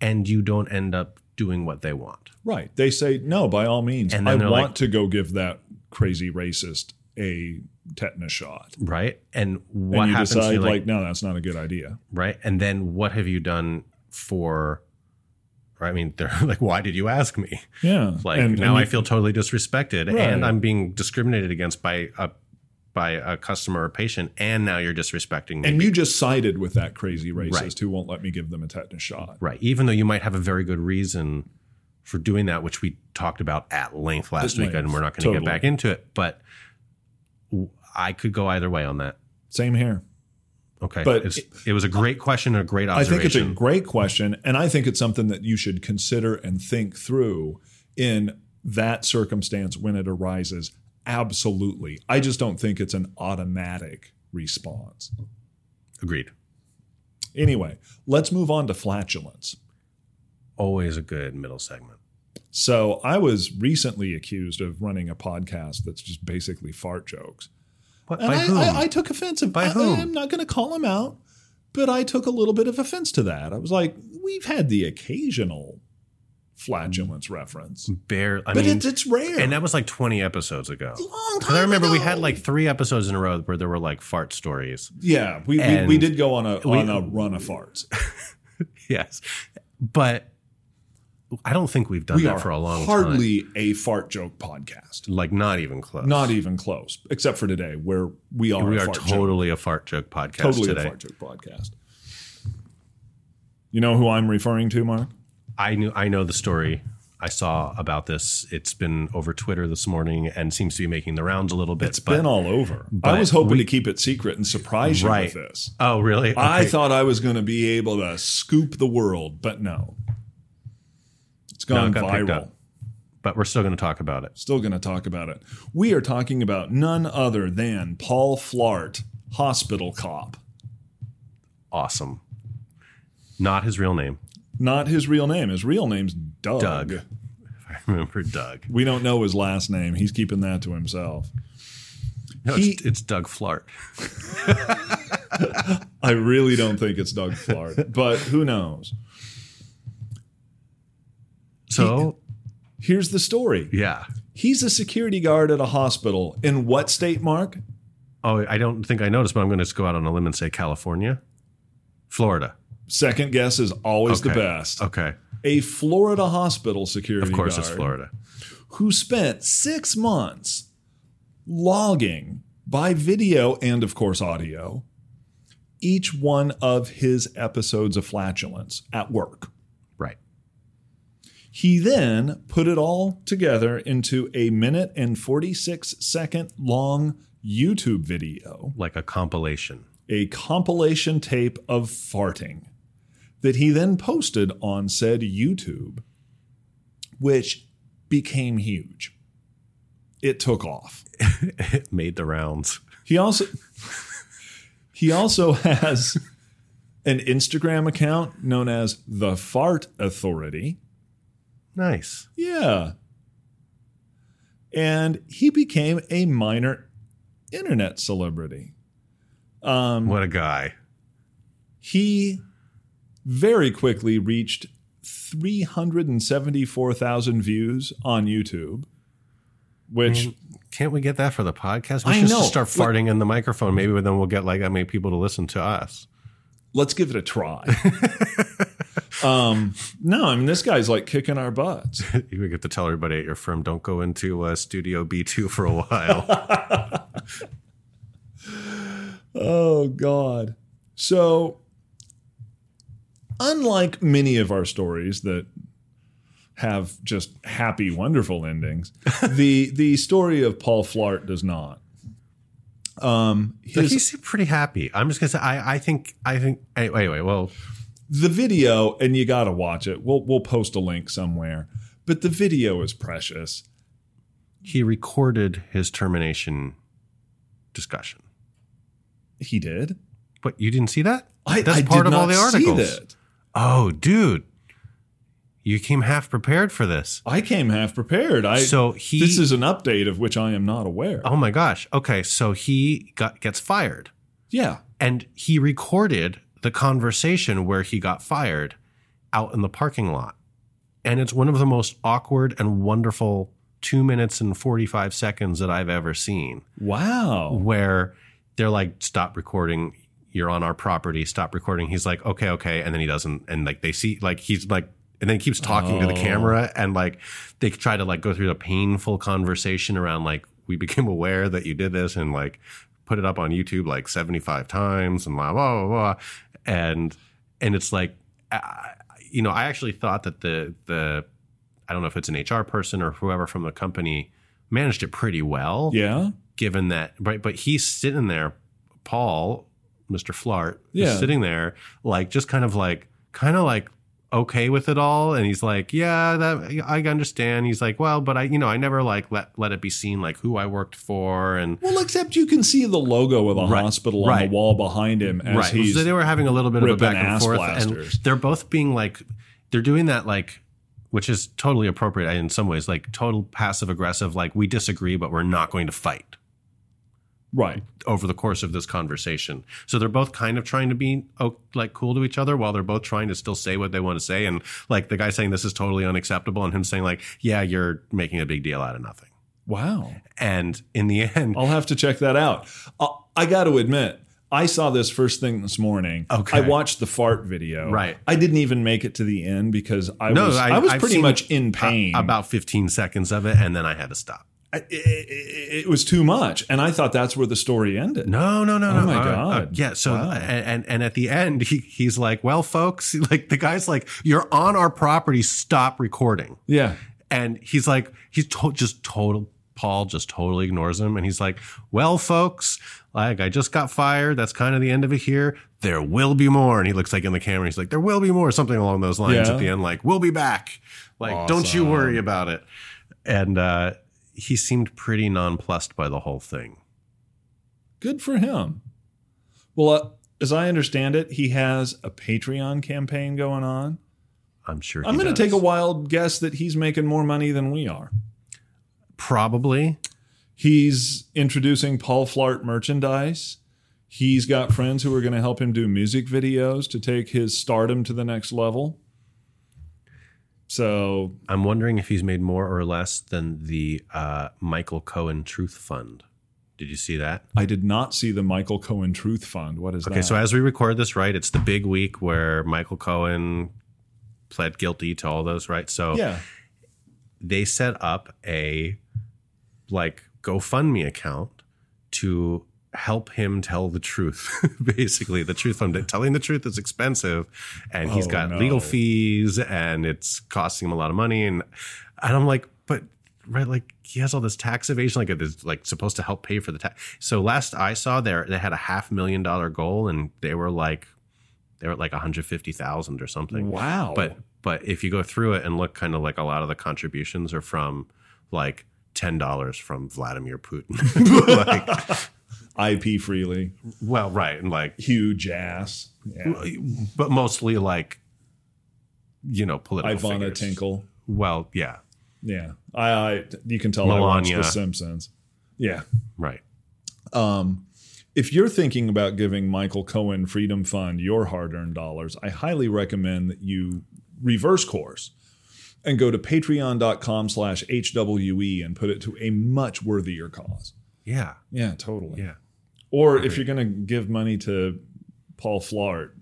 Speaker 2: and you don't end up doing what they want?
Speaker 1: Right. They say, no, by all means,
Speaker 2: And
Speaker 1: I
Speaker 2: then
Speaker 1: want
Speaker 2: they're like-
Speaker 1: to go give that crazy racist a tetanus shot.
Speaker 2: Right. And what
Speaker 1: and you
Speaker 2: happens?
Speaker 1: decide,
Speaker 2: You're
Speaker 1: like, no, that's not a good idea.
Speaker 2: right? And then what have you done for? Right? I mean, they're like, why did you ask me?
Speaker 1: Yeah.
Speaker 2: Like
Speaker 1: And-
Speaker 2: now
Speaker 1: and
Speaker 2: I feel totally disrespected,
Speaker 1: Right.
Speaker 2: and I'm being discriminated against by a by a customer or patient, and now you're disrespecting me.
Speaker 1: And you just sided with that crazy racist
Speaker 2: Right.
Speaker 1: who won't let me give them a tetanus shot.
Speaker 2: right? Even though you might have a very good reason for doing that, which we talked about at length last
Speaker 1: At
Speaker 2: week, and
Speaker 1: length.
Speaker 2: we're not going to
Speaker 1: Totally.
Speaker 2: get back into it, but w- I could go either way on that.
Speaker 1: Same here.
Speaker 2: Okay,
Speaker 1: But
Speaker 2: it's, it, was a great question, and a great
Speaker 1: I think it's a
Speaker 2: observation.
Speaker 1: great question. And I think it's something that you should consider and think through in that circumstance when it arises. Absolutely. I just don't think it's an automatic response.
Speaker 2: Agreed.
Speaker 1: Anyway, let's move on to flatulence.
Speaker 2: Always a good middle segment.
Speaker 1: So I was recently accused of running a podcast that's just basically fart jokes.
Speaker 2: What,
Speaker 1: And
Speaker 2: by
Speaker 1: I,
Speaker 2: whom?
Speaker 1: I, I took offense. Of,
Speaker 2: By
Speaker 1: I,
Speaker 2: whom?
Speaker 1: I'm not going to call him out, but I took a little bit of offense to that. I was like, we've had the occasional flatulence reference,
Speaker 2: Bare. I
Speaker 1: but
Speaker 2: mean,
Speaker 1: it's, it's rare.
Speaker 2: and that was like 20 episodes ago.
Speaker 1: long
Speaker 2: Because I remember we
Speaker 1: ago.
Speaker 2: had like three episodes in a row where there were like fart stories.
Speaker 1: yeah, we, we,
Speaker 2: and
Speaker 1: we did go on a
Speaker 2: we-
Speaker 1: on a run of farts.
Speaker 2: Yes. But I don't think we've done
Speaker 1: We
Speaker 2: that
Speaker 1: are
Speaker 2: for a long time.
Speaker 1: hardly a fart joke podcast.
Speaker 2: Like not even close.
Speaker 1: Not even close, except for today, where we are
Speaker 2: We
Speaker 1: a
Speaker 2: are
Speaker 1: fart joke.
Speaker 2: totally a fart joke podcast
Speaker 1: totally
Speaker 2: today.
Speaker 1: a fart joke podcast. You know who I'm referring to, Mark?
Speaker 2: I knew I know the story I saw about this. It's been over Twitter this morning and seems to be making the rounds a little bit.
Speaker 1: It's
Speaker 2: but-
Speaker 1: been all over. I
Speaker 2: but
Speaker 1: was hoping to keep it secret and surprise you
Speaker 2: Right.
Speaker 1: with this.
Speaker 2: Oh really?
Speaker 1: I
Speaker 2: Okay.
Speaker 1: thought I was going to be able to scoop the world, but no. It's
Speaker 2: No,
Speaker 1: gone
Speaker 2: it got picked
Speaker 1: viral.
Speaker 2: up. But we're still gonna talk about it.
Speaker 1: Still going to talk about it. We are talking about none other than Paul Flart, hospital cop.
Speaker 2: Awesome. Not his real name.
Speaker 1: Not his real name. His real name's Doug.
Speaker 2: Doug. I remember Doug.
Speaker 1: We don't know his last name. He's keeping that to himself.
Speaker 2: No,
Speaker 1: He-
Speaker 2: it's, it's Doug Flart.
Speaker 1: I really don't think it's Doug Flart, but who knows?
Speaker 2: So
Speaker 1: Here's the story.
Speaker 2: yeah.
Speaker 1: He's a security guard at a hospital in what state, Mark?
Speaker 2: Oh, I don't think I noticed, but I'm going to just go out on a limb and say California, Florida.
Speaker 1: Second guess is always the
Speaker 2: Okay.
Speaker 1: best.
Speaker 2: Okay,
Speaker 1: A Florida hospital security
Speaker 2: of course it's
Speaker 1: guard
Speaker 2: Florida.
Speaker 1: who spent six months logging by video and, of course, audio each one of his episodes of flatulence at work.
Speaker 2: Right.
Speaker 1: He then put it all together into a minute and 46 second long YouTube video,
Speaker 2: Like a compilation.
Speaker 1: a compilation tape of farting that he then posted on said YouTube, which became huge. It took off.
Speaker 2: It made the rounds.
Speaker 1: He also he also has an Instagram account known as the Fart Authority.
Speaker 2: Nice.
Speaker 1: Yeah. And he became a minor internet celebrity. Um,
Speaker 2: What a guy.
Speaker 1: he very quickly reached 374,000 views on YouTube, which
Speaker 2: Can't we get that for the podcast? We
Speaker 1: I
Speaker 2: should
Speaker 1: know.
Speaker 2: just start
Speaker 1: Like-
Speaker 2: farting in the microphone. Maybe then we'll get like that many people to listen to us.
Speaker 1: let's give it a try. um, no, I mean, this guy's like kicking our butts.
Speaker 2: You would get to tell everybody at your firm, don't go into uh, Studio B2 for a while.
Speaker 1: Oh, God. So, unlike many of our stories that have just happy, wonderful endings, the the story of Paul Flart does not. Um,
Speaker 2: But
Speaker 1: his,
Speaker 2: he seemed pretty happy. I'm just gonna say, I, I think, I think. Anyway, anyway, well,
Speaker 1: the video, and you got to watch it. We'll we'll post a link somewhere. But the video is precious.
Speaker 2: he recorded his termination discussion.
Speaker 1: He did.
Speaker 2: What you didn't see that?
Speaker 1: I,
Speaker 2: That's
Speaker 1: I
Speaker 2: part
Speaker 1: did
Speaker 2: of
Speaker 1: not
Speaker 2: all the
Speaker 1: see
Speaker 2: articles.
Speaker 1: that.
Speaker 2: Oh, dude. You came half prepared for this.
Speaker 1: I came half prepared. I
Speaker 2: So he-
Speaker 1: this is an update of which I am not aware.
Speaker 2: Oh my gosh. Okay, so he got gets fired.
Speaker 1: Yeah,
Speaker 2: and he recorded the conversation where he got fired out in the parking lot. And it's one of the most awkward and wonderful two minutes and 45 seconds that I've ever seen,
Speaker 1: wow.
Speaker 2: where they're like, stop recording. You're on our property. Stop recording. He's like, okay, okay. And then he doesn't. And like, they see, like, he's like, and then he keeps talking to the
Speaker 1: Oh.
Speaker 2: camera. And like, they try to like go through the painful conversation around like, we became aware that you did this and like put it up on YouTube like 75 times and blah, blah, blah, blah. And, and it's like, I- I, you know, I actually thought that the, the, I don't know if it's an HR person or whoever from the company managed it pretty well
Speaker 1: Yeah,
Speaker 2: given that right but he's sitting there paul mr flart
Speaker 1: Yeah.
Speaker 2: is sitting there like just kind of like kind of like okay with it all and he's like yeah that i understand he's like well but i you know i never like let let it be seen like who i worked for and
Speaker 1: Well, except you can see the logo of the
Speaker 2: Right,
Speaker 1: hospital on
Speaker 2: right.
Speaker 1: the wall behind him as
Speaker 2: right
Speaker 1: he's.
Speaker 2: so they were having a little bit of a
Speaker 1: ripping
Speaker 2: back and
Speaker 1: ass
Speaker 2: forth
Speaker 1: blasters.
Speaker 2: and they're both being like they're doing that like which is totally appropriate in some ways like total passive aggressive like we disagree but we're not going to fight
Speaker 1: right.
Speaker 2: over the course of this conversation. So they're both kind of trying to be oh, like cool to each other while they're both trying to still say what they want to say. And like the guy saying this is totally unacceptable, and him saying like, "Yeah, you're making a big deal out of nothing."
Speaker 1: Wow.
Speaker 2: And in the end,
Speaker 1: I'll have to check that out. Uh, I got to admit, I saw this first thing this morning.
Speaker 2: Okay.
Speaker 1: I watched the fart video.
Speaker 2: Right.
Speaker 1: I didn't even make it to the end because I
Speaker 2: no,
Speaker 1: was I,
Speaker 2: I,
Speaker 1: was
Speaker 2: I've
Speaker 1: pretty
Speaker 2: seen
Speaker 1: much in
Speaker 2: a-
Speaker 1: pain.
Speaker 2: about 15 seconds of it, and then I had to stop.
Speaker 1: I- it, it- it was too much, and I thought that's where the story ended.
Speaker 2: No, no, no,
Speaker 1: Oh
Speaker 2: no.
Speaker 1: my
Speaker 2: Uh,
Speaker 1: God.
Speaker 2: uh, yeah. So
Speaker 1: Wow.
Speaker 2: and, and and at the end, he, he's like, "Well, folks, like the guy's like, you're on our property. Stop recording."
Speaker 1: Yeah.
Speaker 2: and he's like he's to- just total paul just totally ignores him and he's like well folks like i just got fired that's kind of the end of it here there will be more and he looks like in the camera he's like there will be more something along those lines
Speaker 1: Yeah.
Speaker 2: at the end like we'll be back like don't you worry about it and uh he seemed pretty nonplussed by the whole thing
Speaker 1: Good for him. Well, uh, as I understand it, he has a Patreon campaign going on.
Speaker 2: i'm sure he
Speaker 1: I'm going to
Speaker 2: does.
Speaker 1: take a wild guess that he's making more money than we are.
Speaker 2: probably
Speaker 1: He's introducing Paul Flart merchandise. He's got friends who are going to help him do music videos to take his stardom to the next level. So,
Speaker 2: i'm wondering if he's made more or less than the uh michael cohen truth fund did you see that
Speaker 1: I did not see the Michael Cohen Truth Fund. What is
Speaker 2: Okay,
Speaker 1: that?
Speaker 2: so as we record this, right, it's the big week where Michael Cohen pled guilty to all those, right? So
Speaker 1: yeah,
Speaker 2: they set up a like GoFundMe account to help him tell the truth. Basically, the truth fund. Telling the truth is expensive, and he's
Speaker 1: Oh,
Speaker 2: got
Speaker 1: no.
Speaker 2: legal fees, and it's costing him a lot of money. And and I'm like, but right, like he has all this tax evasion, like it's like supposed to help pay for the tax. So last I saw, there they had a half million dollar goal, and they were like, they were at like 150,000 or something
Speaker 1: wow.
Speaker 2: but but if you go through it and look kind of like a lot of the contributions are from like ten dollars from Vladimir Putin. like,
Speaker 1: IP freely,
Speaker 2: well, right, and like
Speaker 1: huge ass. Yeah.
Speaker 2: but mostly like you know, political
Speaker 1: Ivana
Speaker 2: figures.
Speaker 1: Tinkle.
Speaker 2: Well, yeah,
Speaker 1: Yeah, I, I you can tell I watched The
Speaker 2: Melania.
Speaker 1: Simpsons. Yeah,
Speaker 2: right.
Speaker 1: Um, if you're thinking about giving Michael Cohen Freedom Fund your hard earned dollars, I highly recommend that you reverse course and go to patreon.com slash HWE and put it to a much worthier cause.
Speaker 2: Yeah.
Speaker 1: Yeah, totally.
Speaker 2: Yeah.
Speaker 1: Or if you're going to give money to Paul Flart,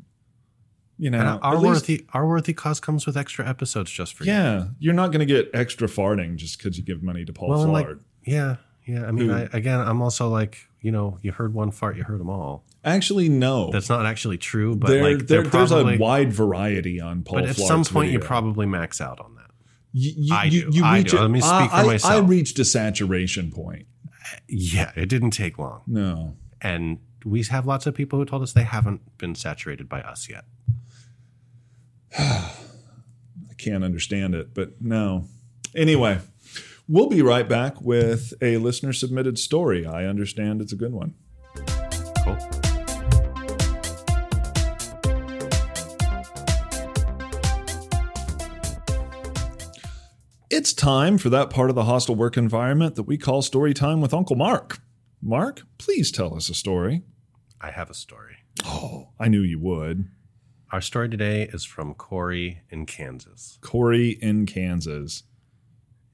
Speaker 1: you know,
Speaker 2: And
Speaker 1: at
Speaker 2: our
Speaker 1: least-
Speaker 2: worthy our worthy cause comes with extra episodes just for you.
Speaker 1: yeah, you're not going to get extra farting just because you give money to Paul
Speaker 2: Well, and
Speaker 1: Flart.
Speaker 2: like yeah, yeah. I mean,
Speaker 1: Who-
Speaker 2: I, again, I'm also like, you know, you heard one fart, you heard them all.
Speaker 1: Actually, no.
Speaker 2: That's not actually true, but
Speaker 1: There-
Speaker 2: like they're
Speaker 1: there- there's a
Speaker 2: probably-
Speaker 1: wide variety on Paul
Speaker 2: But at some
Speaker 1: Flart's
Speaker 2: point, you
Speaker 1: video.
Speaker 2: probably max out on that.
Speaker 1: You, you,
Speaker 2: I
Speaker 1: you,
Speaker 2: do.
Speaker 1: you
Speaker 2: I
Speaker 1: reach
Speaker 2: do.
Speaker 1: a-
Speaker 2: Let me speak
Speaker 1: I-
Speaker 2: for
Speaker 1: I- I
Speaker 2: myself.
Speaker 1: reached a saturation point.
Speaker 2: Yeah, it didn't take long.
Speaker 1: No.
Speaker 2: And we have lots of people who told us they haven't been saturated by us yet.
Speaker 1: I can't understand it, but no. Anyway, we'll be right back with a listener submitted story. I understand it's a good one.
Speaker 2: Cool.
Speaker 1: It's time for that part of the hostile work environment that we call story time with Uncle Mark. Mark, please tell us a story.
Speaker 2: I have a story.
Speaker 1: Oh, I knew you would.
Speaker 2: Our story today is from Corey in Kansas.
Speaker 1: Corey in Kansas.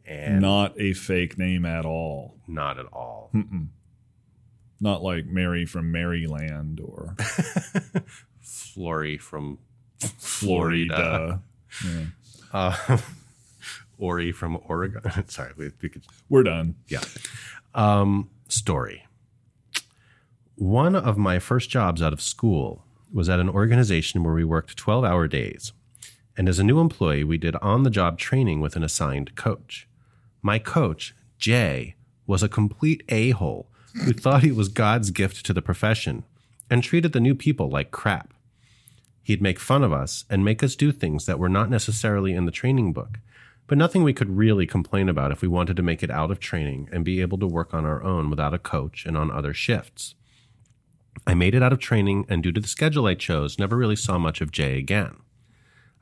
Speaker 2: And
Speaker 1: Not a fake name at all.
Speaker 2: not at all.
Speaker 1: Not like Mary from Maryland or
Speaker 2: Flory from Florida.
Speaker 1: Florida. Yeah.
Speaker 2: Uh, Ori from Oregon. Sorry, we, we could
Speaker 1: We're done.
Speaker 2: yeah. Um, story. One of my first jobs out of school was at an organization where we worked 12 hour days. And as a new employee, we did on the job training with an assigned coach. My coach, Jay, was a complete a hole who thought he was God's gift to the profession and treated the new people like crap. He'd make fun of us and make us do things that were not necessarily in the training book, but nothing we could really complain about if we wanted to make it out of training and be able to work on our own without a coach and on other shifts. I made it out of training and due to the schedule I chose, never really saw much of Jay again.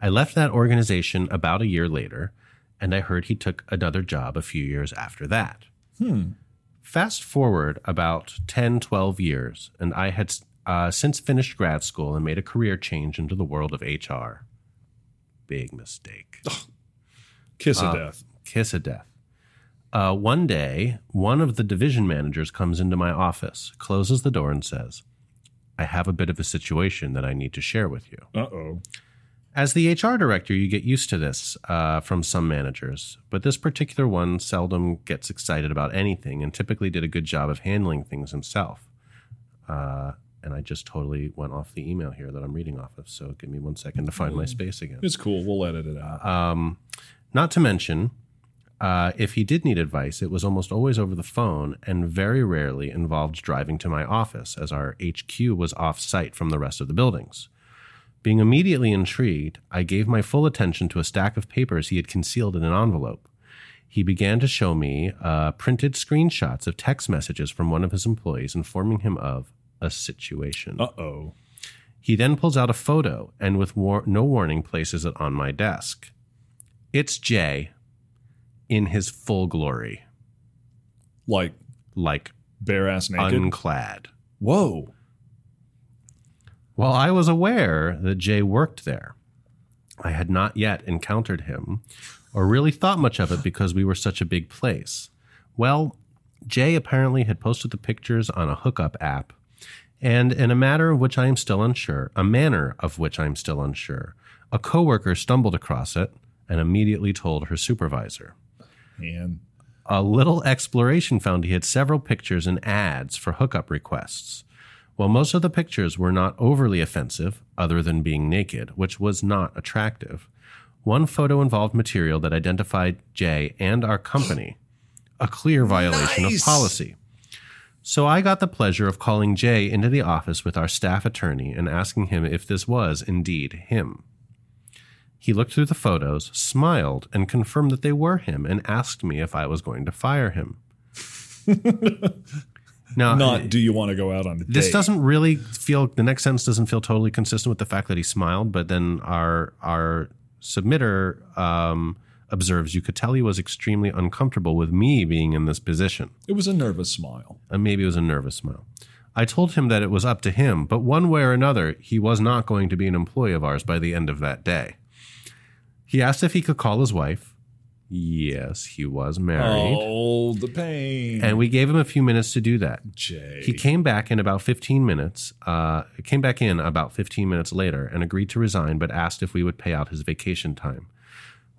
Speaker 2: I left that organization about a year later, and I heard he took another job a few years after that. Fast forward about 10, 12 years, and I had uh, since finished grad school and made a career change into the world of HR. Big mistake.
Speaker 1: Kiss
Speaker 2: Uh,
Speaker 1: of death.
Speaker 2: Kiss of death. Uh, one day, one of the division managers comes into my office, closes the door, and says, I have a bit of a situation that I need to share with you.
Speaker 1: Uh oh.
Speaker 2: As the HR director, you get used to this uh, from some managers, but this particular one seldom gets excited about anything and typically did a good job of handling things himself. Uh, and I just totally went off the email here that I'm reading off of, so give me one second to find my space again.
Speaker 1: It's cool. We'll edit it out.
Speaker 2: Um, not to mention, uh, if he did need advice, it was almost always over the phone and very rarely involved driving to my office, as our HQ was off site from the rest of the buildings. Being immediately intrigued, I gave my full attention to a stack of papers he had concealed in an envelope. He began to show me uh, printed screenshots of text messages from one of his employees informing him of a situation.
Speaker 1: Uh oh.
Speaker 2: He then pulls out a photo and, with war- no warning, places it on my desk. It's Jay in his full glory,
Speaker 1: Like
Speaker 2: like
Speaker 1: bare ass naked.
Speaker 2: unclad.
Speaker 1: Whoa.
Speaker 2: While I was aware that Jay worked there, I had not yet encountered him or really thought much of it because we were such a big place. Well, Jay apparently had posted the pictures on a hookup app, and in a matter of which I am still unsure, a manner of which I'm still unsure, a coworker stumbled across it and immediately told her supervisor.
Speaker 1: Man.
Speaker 2: A little exploration found he had several pictures and ads for hookup requests. While most of the pictures were not overly offensive, other than being naked, which was not attractive, one photo involved material that identified Jay and our company, a clear violation
Speaker 1: Nice.
Speaker 2: of policy. So I got the pleasure of calling Jay into the office with our staff attorney and asking him if this was indeed him. He looked through the photos, smiled, and confirmed that they were him and asked me if I was going to fire him. now, eh,
Speaker 1: Not do you want to go out on a
Speaker 2: this
Speaker 1: date?
Speaker 2: doesn't really feel the next sentence doesn't feel totally consistent with the fact that he smiled, but then our our submitter um, observes you could tell he was extremely uncomfortable with me being in this position
Speaker 1: It was a nervous smile.
Speaker 2: and maybe it was a nervous smile. I told him that it was up to him, but one way or another, he was not going to be an employee of ours by the end of that day. He asked if he could call his wife. Yes, he was married.
Speaker 1: Oh, the pain.
Speaker 2: And we gave him a few minutes to do that.
Speaker 1: Jay.
Speaker 2: He came back in about 15 minutes, uh, came back in about 15 minutes later and agreed to resign, but asked if we would pay out his vacation time.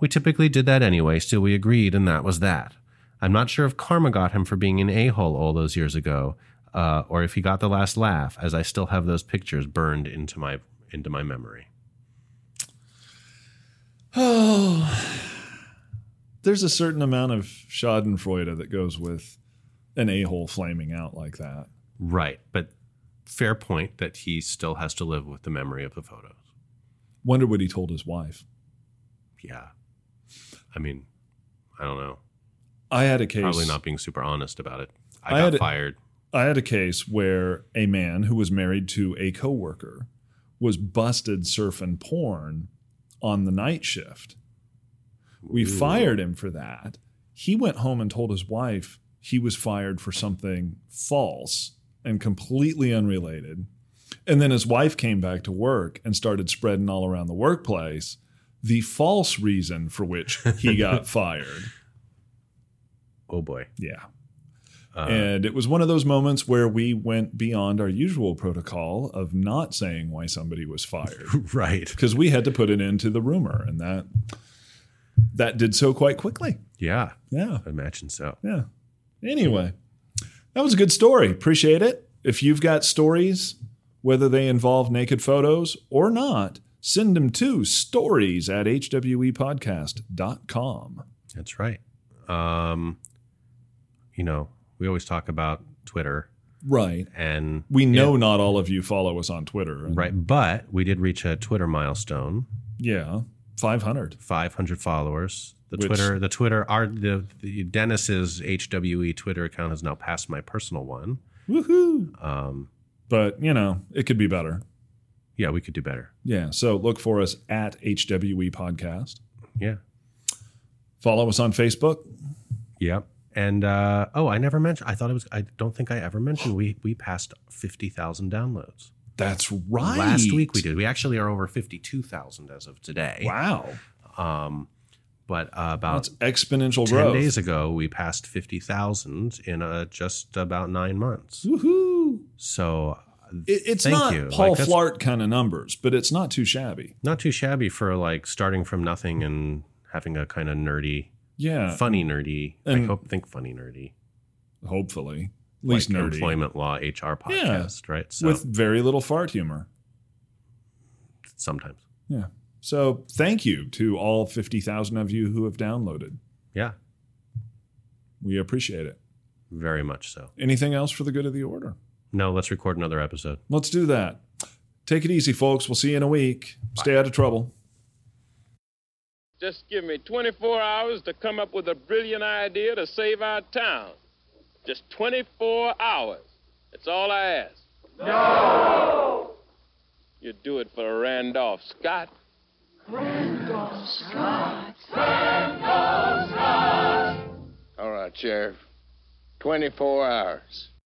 Speaker 2: We typically did that anyway, so we agreed, and that was that. I'm not sure if karma got him for being an a hole all those years ago, uh, or if he got the last laugh, as I still have those pictures burned into my into my memory.
Speaker 1: Oh, there's a certain amount of Schadenfreude that goes with an a hole flaming out like that.
Speaker 2: Right, but fair point that he still has to live with the memory of the photos.
Speaker 1: Wonder what he told his wife.
Speaker 2: Yeah, I mean, I don't know.
Speaker 1: I had a case.
Speaker 2: probably not being super honest about it. I,
Speaker 1: I
Speaker 2: got
Speaker 1: had-
Speaker 2: fired.
Speaker 1: I had a case where a man who was married to a coworker was busted surfing porn on the night shift. We fired him for that. He went home and told his wife he was fired for something false and completely unrelated. And then his wife came back to work and started spreading all around the workplace the false reason for which he got fired.
Speaker 2: Oh boy.
Speaker 1: Yeah. and it was one of those moments where we went beyond our usual protocol of not saying why somebody was fired
Speaker 2: Right.
Speaker 1: because we had to put it into the rumor and that that did so quite quickly.
Speaker 2: Yeah.
Speaker 1: Yeah.
Speaker 2: I imagine so.
Speaker 1: Yeah. Anyway, that was a good story. Appreciate it. If you've got stories, whether they involve naked photos or not, send them to stories at E hwepodcast.com.
Speaker 2: That's right. Um, you know, we always talk about Twitter
Speaker 1: Right.
Speaker 2: and
Speaker 1: We know not all of you follow us on Twitter. and-
Speaker 2: right, but we did reach a Twitter milestone,
Speaker 1: Yeah. 500.
Speaker 2: 500 followers. The
Speaker 1: Which-
Speaker 2: Twitter, the Twitter, our the, the Dennis's HWE Twitter account has now passed my personal one.
Speaker 1: Woohoo.
Speaker 2: Um,
Speaker 1: But, you know, it could be better.
Speaker 2: yeah, we could do better.
Speaker 1: Yeah. So look for us at HWE Podcast.
Speaker 2: Yeah.
Speaker 1: Follow us on Facebook.
Speaker 2: Yep. And uh, oh, I never mentioned. I thought it was. I don't think I ever mentioned we we passed fifty thousand downloads
Speaker 1: That's right.
Speaker 2: last week. We did. We actually are over fifty two thousand as of today.
Speaker 1: Wow.
Speaker 2: Um, but uh, about
Speaker 1: That's exponential
Speaker 2: ten
Speaker 1: growth.
Speaker 2: days ago, we passed fifty thousand in uh, just about nine months.
Speaker 1: Woohoo.
Speaker 2: So
Speaker 1: It, it's
Speaker 2: Thank
Speaker 1: not
Speaker 2: you. Like,
Speaker 1: Paul
Speaker 2: that's-
Speaker 1: Flart kind of numbers, but it's not too shabby.
Speaker 2: not too shabby for like starting from nothing and having a kind of nerdy,
Speaker 1: Yeah.
Speaker 2: funny nerdy. I
Speaker 1: Uh, and-
Speaker 2: hope think funny nerdy.
Speaker 1: Hopefully. At least
Speaker 2: like
Speaker 1: nerdy.
Speaker 2: employment law HR podcast, right? So
Speaker 1: With very little fart humor.
Speaker 2: sometimes,
Speaker 1: Yeah. So thank you to all 50,000 of you who have downloaded.
Speaker 2: yeah,
Speaker 1: We appreciate it.
Speaker 2: very much so.
Speaker 1: Anything else for the good of the order?
Speaker 2: No, let's record another episode.
Speaker 1: Let's do that. Take it easy, folks. We'll see you in a week. Stay out of trouble.
Speaker 4: Just give me 24 hours to come up with a brilliant idea to save our town. Just 24 hours. That's all I ask. No! You do it for Randolph Scott. Randolph Scott! Randolph Scott! All right, Sheriff. 24 hours.